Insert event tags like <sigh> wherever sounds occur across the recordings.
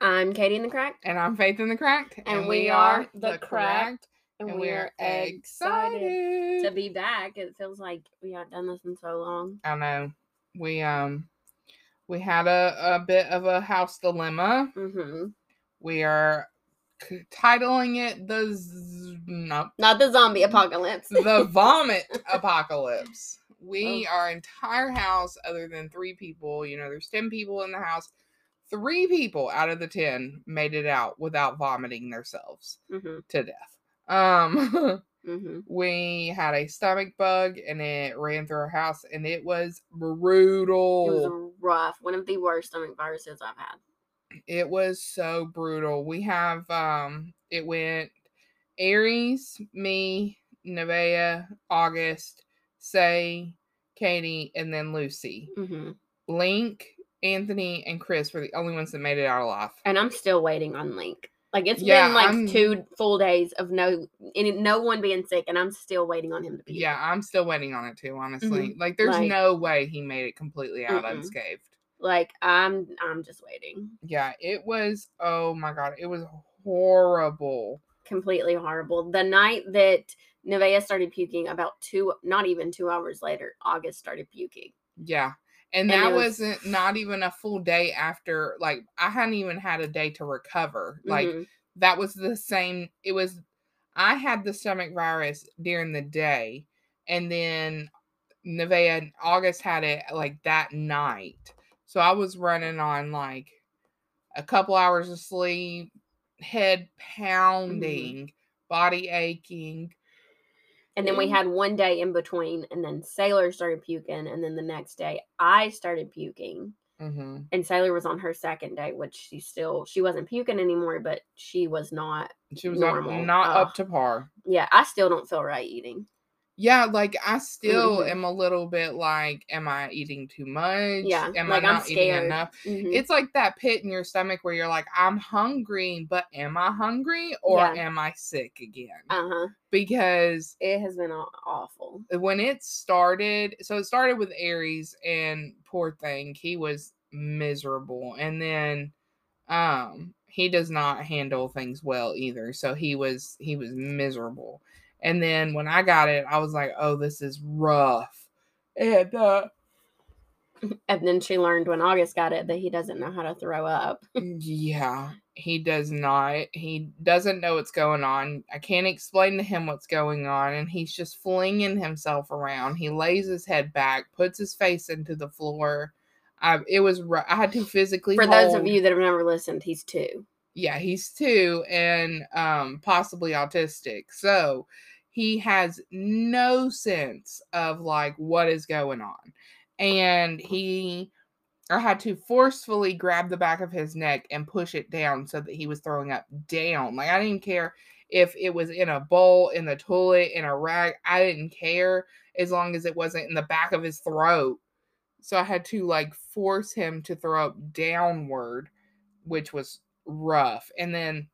I'm Katie in the Crack, And I'm Faith in the Cracked. And we are The Cracked, And we're excited. to be back. It feels like we haven't done this in so long. I know. We um we had a, a bit of a house dilemma. hmm We are c- titling it the z- no, Not the zombie apocalypse. the <laughs> vomit apocalypse. We Oh. our entire house, other than three people, you know, there's ten people in the house. Three people out of the ten made it out without vomiting themselves hmm to death. Um <laughs> hmm we had a stomach bug and it ran through our house and it was It brutal. It was, was rough. One of the worst stomach viruses I've had. so brutal. We have um it went Aries, me, Nevaeh, August, Say, Katie, and then Lucy. hmm Link, Anthony, and Chris were the only ones that made it out alive. And I'm still waiting on Link. Like it's Yeah, been like I'm- two full days of no and no one being sick, and I'm still waiting on him to be. Yeah, I'm still waiting on it too, honestly. Like there's Like- no way he made it completely out Mm-hmm. Mm-mm. unscathed. Like I'm, I'm just waiting. Yeah, it was. Oh my god, it was horrible. completely horrible. The night that Nevaeh started puking, about two, not even two hours later, August started puking. Yeah, And and, that it was- was... not not even a full day after. Like I hadn't even had a day to recover. Like Mhm. that was the same. It was. I had the stomach virus during the day, and then Nevaeh and August had it like that night. So I was running on like a couple hours of sleep, head pounding, body aching. and then we Mm. had one day in between, and then Sailor started puking, and then the next day I started puking, Mm-hmm. and Sailor was on her second day, which she still she wasn't puking anymore, but she was not. She was not, normal. not Ugh. up to par. Yeah, I still don't feel right eating. Yeah, like I still Mhm. am a little bit like, am I eating too much? Yeah, am like, I I'm not scared. eating enough? Mhm. It's like that pit in your stomach where you're like, I'm hungry, but am I hungry or Yeah. am I sick again? Uh huh. Because It has been aw- awful. when it started, so it started with Aries and poor thing, he was miserable. And then um he does not handle things well either. So he was he was miserable. And then when I got it, I was like, "Oh, this is rough." And uh, And then she learned when August got it that he doesn't know how to throw up. yeah, he does not. He doesn't know what's going on. I can't explain to him what's going on, and he's just flinging himself around. He lays his head back, puts his face into the floor. I, it was. ru- I had to physically. For those of hold- you that have never listened, he's two. yeah, he's two and um possibly autistic. So he has no sense of like what is going on. And he I had to forcefully grab the back of his neck and push it down so that he was throwing up down. Like I didn't care if it was in a bowl, in the toilet, in a rag. I didn't care as long as it wasn't in the back of his throat. So I had to like force him to throw up downward, which was rough. And then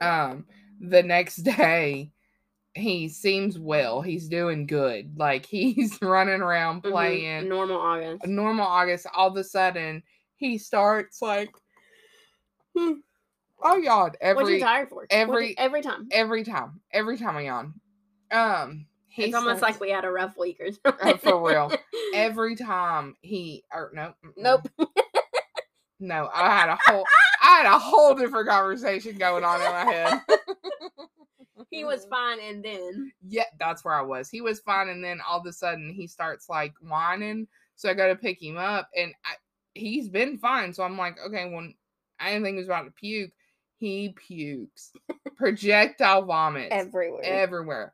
um the next <laughs> day he seems well. He's doing good. Like <laughs> he's running around Mhm. playing normal August. normal August, all of a sudden he starts like, oh yawn what you every tired for? What you- every- every time. every time every time I yawn. Um, he it's almost like starts- we had a rough week or something. Oh, <laughs> for <laughs> real. every time he or no mm-mm. nope. no I had a whole I had a whole different conversation going on in my head. He was fine and then. yeah, that's where I was. He was fine, and then all of a sudden he starts like whining. So I go to pick him up, and I, he's been fine. So I'm like, okay, when I didn't think he was about to puke, he pukes, projectile vomits Everywhere. everywhere,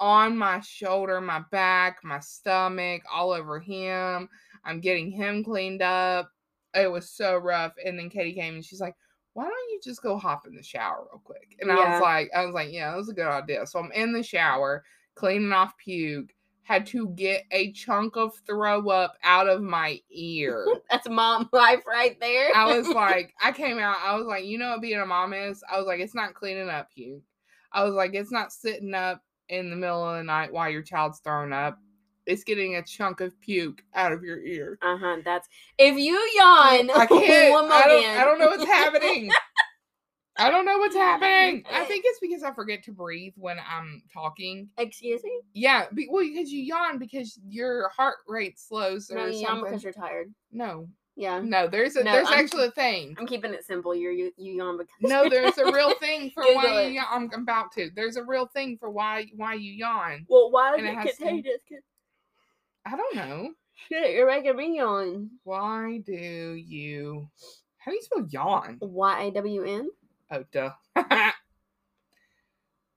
on my shoulder, my back, my stomach, all over him. I'm getting him cleaned up. It was so rough. And then Katie came and she's like, why don't you just go hop in the shower real quick? And I Yeah. was like, I was like, yeah, that's a good idea. So I'm in the shower, cleaning off puke, had to get a chunk of throw up out of my ear. That's mom <laughs> life right there. <laughs> I was like, I came out, I was like, you know what being a mom is? I was like, it's not cleaning up puke. I was like, it's not sitting up in the middle of the night while your child's thrown up. It's getting a chunk of puke out of your ear. Uh huh. That's if you yawn. I <laughs> can't. one I don't, again. I don't know <laughs> what's happening. I don't know what's happening. I think it's because I forget to breathe when I'm talking. Excuse me. Yeah, be, well, because you yawn because your heart rate slows or No, you yawn something. because you're tired. no, Yeah, no, there's a No, there's I'm- actually a thing. I'm keeping it simple. You're, you you yawn because No, there's a real thing for Google why it. you yawn. I'm- I'm about to. There's a real thing for why why you yawn. <laughs> Well, why is and it, it has to- contagious? 'Cause- I don't know. Shit, you're making me yawn. Why do you? How do you spell yawn? Y A W N. Oh, duh. <laughs>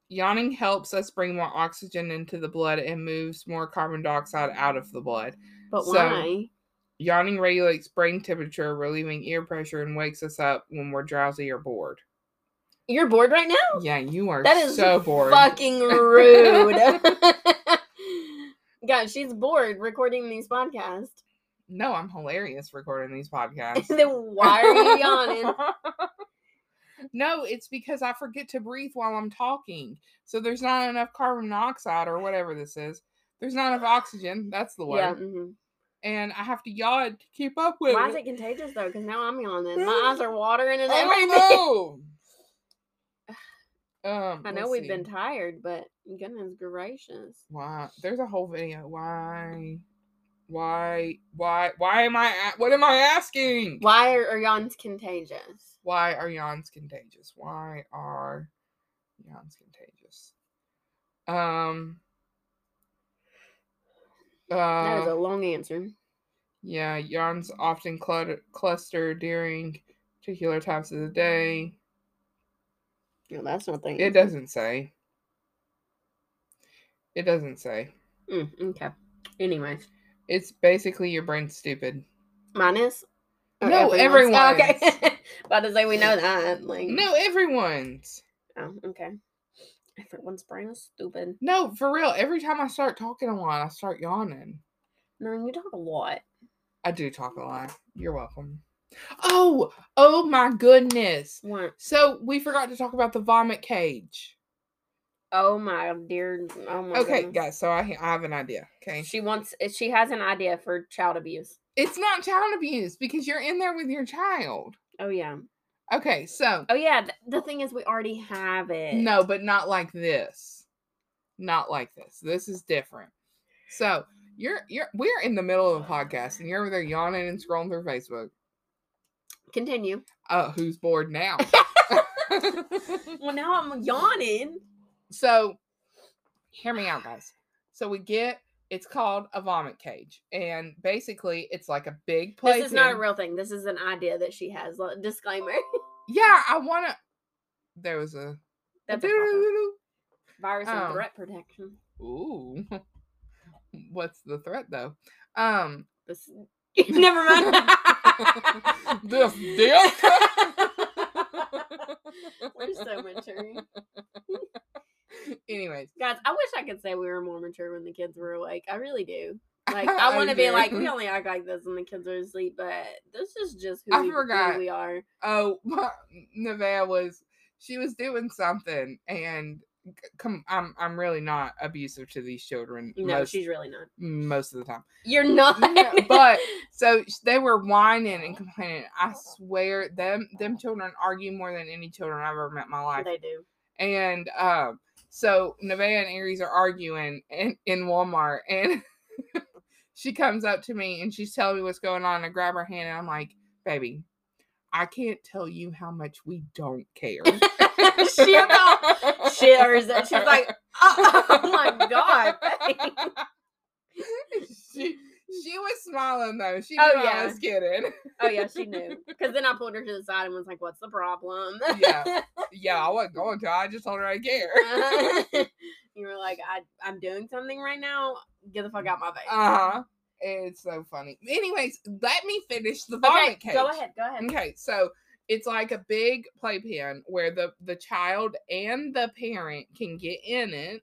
Yawning helps us bring more oxygen into the blood and moves more carbon dioxide out of the blood. But So- why? Yawning regulates brain temperature, relieving ear pressure, and wakes us up when we're drowsy or bored. You're bored right now. Yeah, you are That is so bored. Fucking <laughs> rude. <laughs> God, she's bored recording these podcasts. <laughs> No, I'm hilarious recording these podcasts. then why are <laughs> you yawning? no, it's because I forget to breathe while I'm talking. So there's not enough carbon monoxide or whatever this is. There's not enough oxygen. That's the word. Yeah. mhm. And I have to yawn to keep up with Why is it. Oh, it contagious though? Because now I'm yawning. <laughs> My eyes are watering and I everything. don't know. <sighs> Um, I know let's we've see. been tired, but goodness gracious. Why? There's a whole video. Why? Why? Why? Why am I? a- What am I asking? Why are, are yawns contagious? Why are yawns contagious? Why are yawns contagious? Um. that is Uh, a long answer. yeah, yawns often clutter, cluster during particular times of the day. No, that's not the It doesn't say. It doesn't say. Mm, okay. Anyways, It's basically your brain's stupid. minus. No, Oh, okay. <laughs> everyone's. About to say we know that. Like No, everyone's. Oh, okay. Everyone's brain is stupid. No, for real. Every time I start talking a lot, I start yawning. No, you talk a lot. I do talk a lot. You're welcome. Oh, oh my goodness. What? So we forgot to talk about the vomit cage. Oh my dear. Oh my Okay, goodness. guys. So I, I have an idea. Okay. She wants. She has an idea for child abuse. It's not child abuse because you're in there with your child. Oh yeah. Okay. So Oh yeah. th- the thing is, we already have it. no, but not like this. Not like this. This is different. So you're you're we're in the middle of a podcast and you're over there yawning and scrolling through Facebook. Continue. Uh, who's bored now? <laughs> Well, now I'm yawning. So, hear me out, guys. So we get it's called a vomit cage, and basically it's like a big place. This is not a real thing. This is an idea that she has. Lo- <laughs> Disclaimer. <laughs> Yeah, I want to. There was a. That's a problem. virus Um, and threat protection. <laughs> Ooh, <laughs> what's the threat though? Um, <laughs> This. <laughs> Never mind. This dick. <laughs> We're so mature. anyways, Guys, I wish I could say we were more mature when the kids were awake. I really do. Like <laughs> I I want to be do. like we only act like this when the kids are asleep, but this is just who, I we, who forgot. we are. oh, <laughs> Nevaeh was she was doing something, and c- come, I'm I'm really not abusive to these children. No, most, she's really not. most of the time. You're not. <laughs> No, but- So sh- they were whining and complaining. I swear, them them children argue more than any children I've ever met in my life. they do. And um, so Nevaeh and Aries are arguing in, in Walmart, and <laughs> she comes up to me and she's telling me what's going on. And I grab her hand and I'm like, "Baby, I can't tell you how much we don't <laughs> care." <laughs> she <laughs> <laughs> about shivers and she's like, oh, <laughs> oh my <laughs> god. babe." she she was smiling though. She knew Oh, I yeah. <laughs> was kidding. oh yeah, she knew. Because then I pulled her to the side and was like, "What's the problem?" <laughs> Yeah. Yeah, I wasn't going to. I just told her I care. Uh, you were like, I, "I'm doing something right now. Get the fuck out my face." Uh huh. It's so funny. Anyways, let me finish the okay, vomit cage. go ahead. Go ahead. Okay, so it's like a big playpen where the the child and the parent can get in it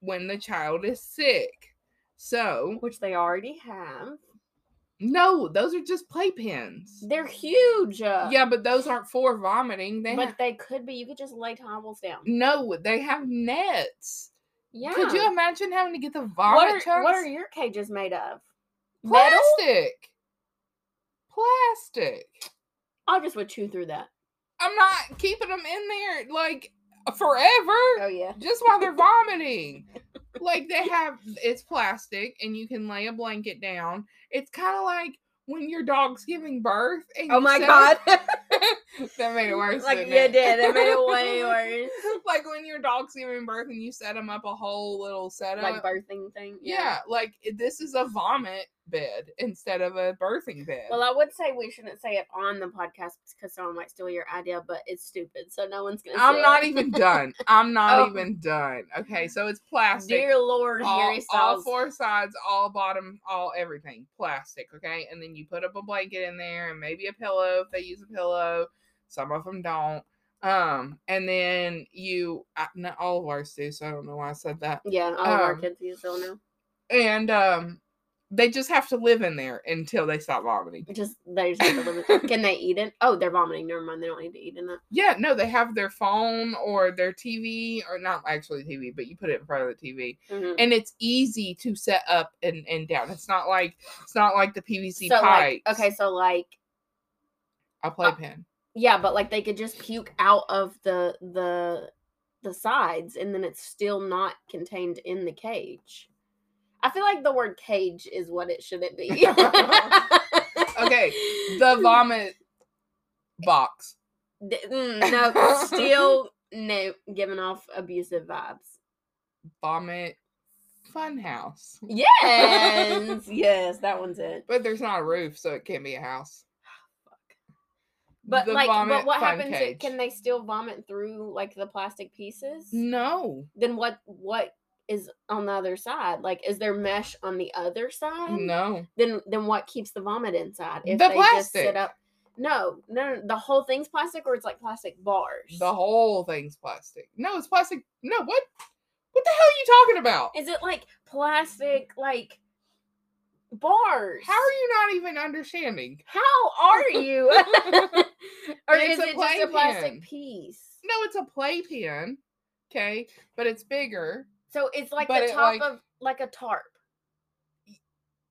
when the child is sick. So Which they already have. no, those are just playpens. They're huge. uh, Yeah, but those aren't for vomiting. They but ha- they could be. You could just lay towels down. no, they have nets. Yeah. Could you imagine having to get the what vomit are, what are chunks? your cages made of? Metal? Plastic. Plastic. I just would chew through that. I'm not keeping them in there like forever. Oh yeah. Just while they're vomiting. <laughs> Like they have it's plastic and you can lay a blanket down. It's kind of like when your dog's giving birth and Oh you my set god. <laughs> it- that made it worse. Mm, like didn't you did. It made it <laughs> way worse. like when your dog's giving birth and you set them up a whole little setup. like birthing thing. yeah. like it- this is a vomit bed instead of a birthing bed. Well, I would say we shouldn't say it on the podcast because someone might steal your idea, but it's stupid, so no one's gonna. I'm steal not it. even done. I'm <laughs> not Oh. even done. Okay, so it's plastic. Dear Lord, all, Harry all Styles. four sides, all bottom, all everything, plastic. Okay, and then you put up a blanket in there, and maybe a pillow if they use a pillow. Some of them don't. Um, and then you, I, not all of ours do, so I don't know why I said that. yeah, all of our um, kids use it now. And um, they just have to live in there until they stop vomiting. Just they just have to <laughs> live with it. Can they eat it? Oh, they're vomiting. Never mind. They don't need to eat in it. Yeah, no, they have their phone or their TV, or not actually TV, but you put it in front of the TV, Mhm. and it's easy to set up and, and down. It's not like it's not like the PVC So pipe. like, okay, uh, so like, a playpen. yeah, but like they could just puke out of the the the sides, and then it's still not contained in the cage. I feel like the word cage is what it shouldn't be. <laughs> Okay, <laughs> The vomit box. D- mm, no, still no, giving off abusive <laughs> vibes. Vomit funhouse. Yes, yes, that one's it. But there's not a roof, so it can't be a house. But The like, but vomit what fun happens? i- cage. Can they still vomit through like the plastic pieces? No. Then what? What is on the other side? Like, is there mesh on the other side? No. Then, then what keeps the vomit inside? The plastic. up. No, no, no, the whole thing's plastic, or it's like plastic bars. The whole thing's plastic. No, it's plastic. No, what? What the hell are you talking about? is it like plastic, like bars? How are you not even understanding? How <laughs> are you? or It's is a it just a plastic playpen. piece? No, it's a playpen. Okay, but it's bigger. So it's like But the it, top like- of like a tarp,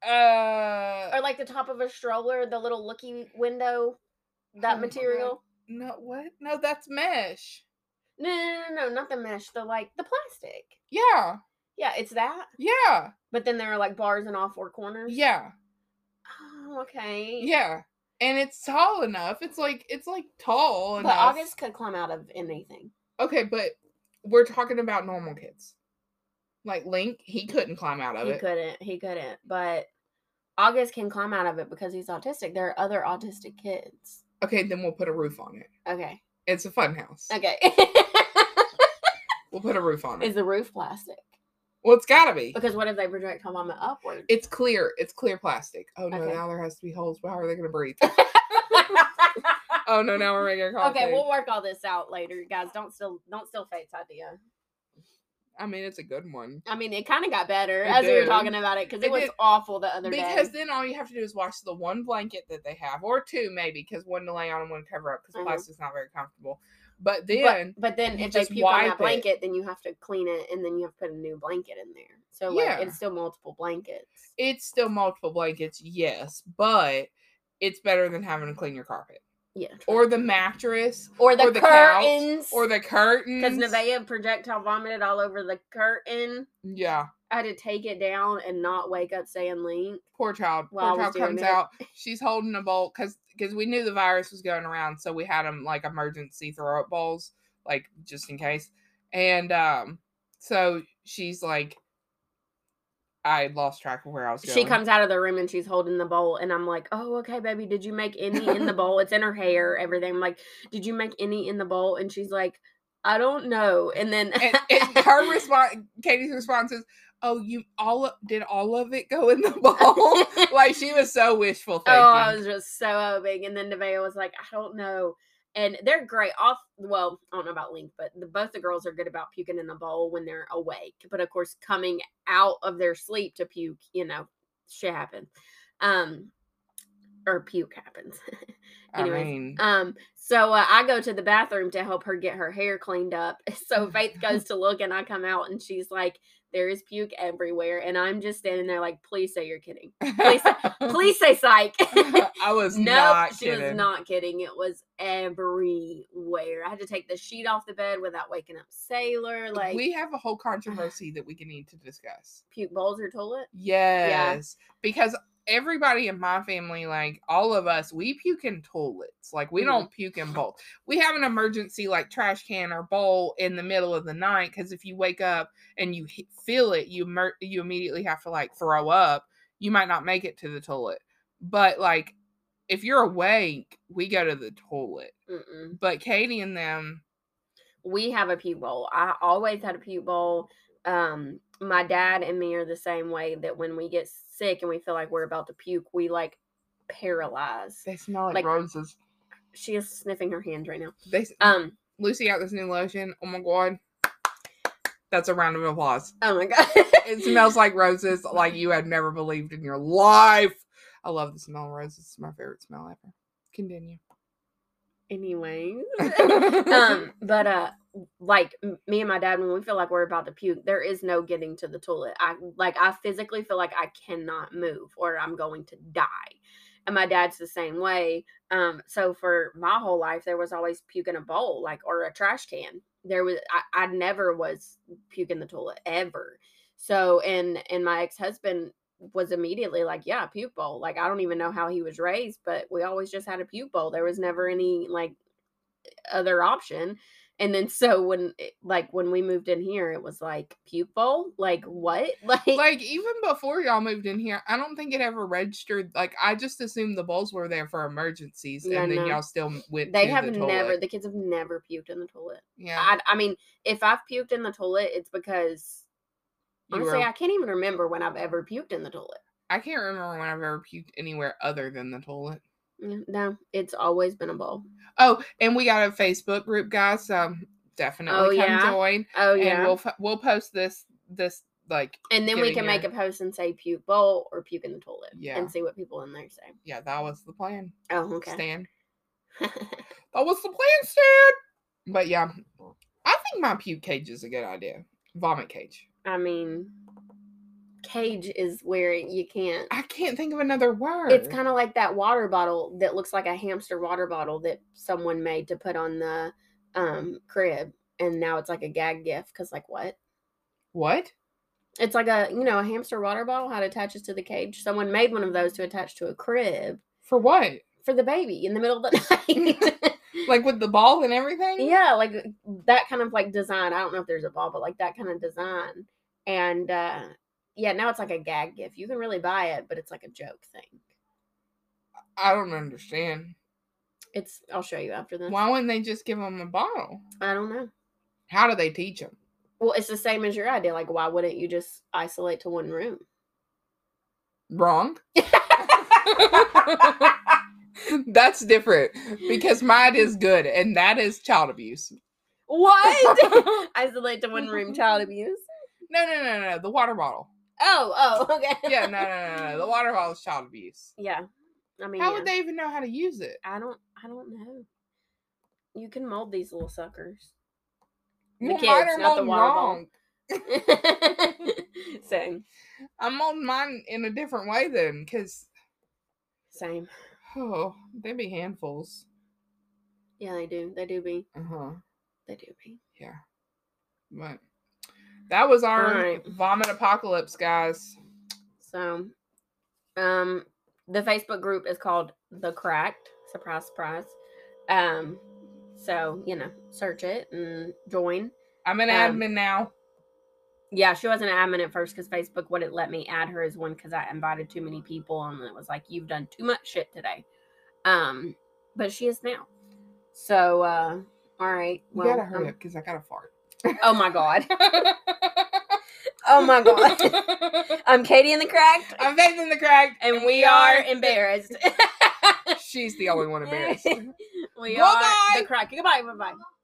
Uh, or like the top of a stroller, the little looky window, that Oh my material. no, what? No, that's mesh. No, no, no, no, not the mesh. The like the plastic. Yeah, Yeah, it's that. yeah, But then there are like bars in all four corners. yeah, Oh, okay. yeah. And it's tall enough. It's like it's like tall But enough. August could climb out of anything. Okay, but we're talking about normal kids. Like Link, he couldn't climb out of he it. couldn't. He couldn't. But August can climb out of it because he's autistic. There are other autistic kids. Okay, then we'll put a roof on it. Okay. It's a fun house. Okay. <laughs> We'll put a roof on it. Is the roof plastic? well, it's gotta be. Because what if they project vomit upward? It's clear. It's clear plastic. Oh no, Okay. now there has to be holes. How are they <laughs> gonna breathe? oh no, now we're making a call. okay, we'll work all this out later, guys. Don't still don't still Fate's idea. I mean, it's a good one. I mean, it kind of got better It as we were did. talking about it because it, It was did. awful the other Because day. then all you have to do is wash the one blanket that they have, or two maybe, because one to lay on and one to cover up, because Uh-huh. plastic's not very comfortable. But- But then, but, then you if they just puke on wipe that it. blanket, then you have to clean it and then you have to put a new blanket in there. So like Yeah. it's still multiple blankets. it's still multiple blankets, yes, but it's better than having to clean your carpet Yeah. or the mattress Or the, or the couch, curtains. or the curtains. because Nevaeh projectile vomited all over the curtain. yeah, I had to take it down and not wake up saying link. poor child. While I poor was child doing comes it. out. She's holding a bowl because because we knew the virus was going around, so we had them like emergency throw up bowls, like just in case. And um, so she's like, I lost track of where I was going. She comes out of the room and she's holding the bowl, and I'm like, "Oh, okay, baby. Did you make any in the bowl? It's in her hair, everything." I'm like, "Did you make any in the bowl?" And she's like, "I don't know." And then And, and her <laughs> response, Katie's response is, "Oh, you all of- did all of it go in the bowl?" <laughs> like she was so wishful thinking. Oh, I was just so hoping. And then Nevaeh was like, I don't know. And they're great. Off, well, I don't know about Link, but the, both the girls are good about puking in the bowl when they're awake. But of course, coming out of their sleep to puke, you know, shit happens. Um, or puke happens. <laughs> I Anyways, mean, Um, so uh, I go to the bathroom to help her get her hair cleaned up. <laughs> So Faith goes to look, and I come out, and she's like, "There is puke everywhere," and I'm just standing there like, "Please say you're kidding. please uh, Please say psych." <laughs> I <laughs> was no, not she kidding. was not kidding. It was everywhere. I had to take the sheet off the bed without waking up Sailor. Like we have a whole controversy that we can need to discuss. puke bowls or toilet. Yes, because everybody in my family, like all of us, we puke in toilets. Like we Mhm. don't puke in bowls. We have an emergency like trash can or bowl in the middle of the night because if you wake up and you he- feel it, you mer- you immediately have to like throw up. You might not make it to the toilet, but like if you're awake, we go to the toilet. Mm-mm. But Katie and them, we have a puke bowl. I always had a puke bowl. Um, my dad and me are the same way that when we get sick and we feel like we're about to puke, we like paralyze. they smell like, Like- roses. She is sniffing her hand right now. They s- Um, Lucy got this new lotion. Oh my god. That's a round of applause. oh my god. It smells like roses like you had never believed in your life. I love the smell of roses. It's my favorite smell ever. Continue. <laughs> anyways. <laughs> <laughs> um, <laughs> but uh like m- me and my dad when we feel like we're about to puke, there is no getting to the toilet. I like I physically feel like I cannot move or I'm going to die. And my dad's the same way. Um, so for my whole life there was always puke in a bowl, like or a trash can. There was I, I never was puke in the toilet ever. So and and my ex-husband was immediately like, yeah, puke bowl. Like I don't even know how he was raised, but we always just had a puke bowl. There was never any like other option. And then so when it- like when we moved in here, it was like puke bowl. Like what? <laughs> Like, like even before y'all moved in here, I don't think it ever registered. Like I just assumed the bowls were there for emergencies, Yeah, and then no. y'all still m- went. they to have the never toilet. the kids have never puked in the toilet. Yeah, I I mean, if I've puked in the toilet, it's because you honestly, were- I can't even remember when I've ever puked in the toilet. I can't remember when I've ever puked anywhere other than the toilet. Mm, No, it's always been a bowl. Oh, and we got a Facebook group, guys. So definitely Oh, come yeah. join. Oh and yeah. we'll f- we'll post this this like And then we get can in make a your- post and say puke bowl or puke in the toilet. Yeah. And see what people in there say. yeah that was the plan, Oh, okay. Stan. That was the plan, Stan. But yeah, I think my puke cage is a good idea. Vomit cage. <laughs> I mean, cage is where you can't. I can't think of another word. It's kind of like that water bottle that looks like a hamster water bottle that someone made to put on the um, crib, and now it's like a gag gift because, like, what? what? It's like a you know a hamster water bottle how it attaches to the cage. Someone made one of those to attach to a crib For what? for the baby in the middle of the <laughs> night. Like with the ball and everything? yeah like uh, that kind of like design i don't know if there's a ball but like that kind of design and uh yeah now it's like a gag gift you can really buy it but it's like a joke thing I don't understand. it's i'll show you after this Why wouldn't they just give them a bottle? i don't know How do they teach them? well it's the same as your idea like why wouldn't you just isolate to one room Wrong. <laughs> That's different because mine is good, and that is child abuse. what <laughs> isolate to one room child abuse <laughs> No, no, no, no, no. The water bottle. oh <laughs> oh okay Yeah, no, no, no, no. The water bottle is child abuse. yeah i mean How yeah. would they even know how to use it? i don't i don't know you can mold these little <laughs> suckers <laughs> The Well, mine kids, are not the molded water bottle. wrong. same I'm on mine in a different way then, because same oh, they be handfuls. Yeah, they do. They do be. Uh huh. They do be. Yeah. But that was our Alright. vomit apocalypse, guys. So, um, the Facebook group is called The Cracked. Surprise, surprise. Um, so you know, search it and join. I'm an Um, admin now. Yeah, she wasn't an admin at first because Facebook wouldn't let me add her as one because I invited too many people and it was like you've done too much shit today. Um, but she is now. So, uh, all right. You Well, gotta hurry um, up because I gotta fart. oh my god. <laughs> Oh my <laughs> god. I'm Katie in the Cracked. I'm Faith in the Crack, and we are embarrassed. <laughs> She's the only one embarrassed. we Goodbye. are the crack. Goodbye. Bye bye.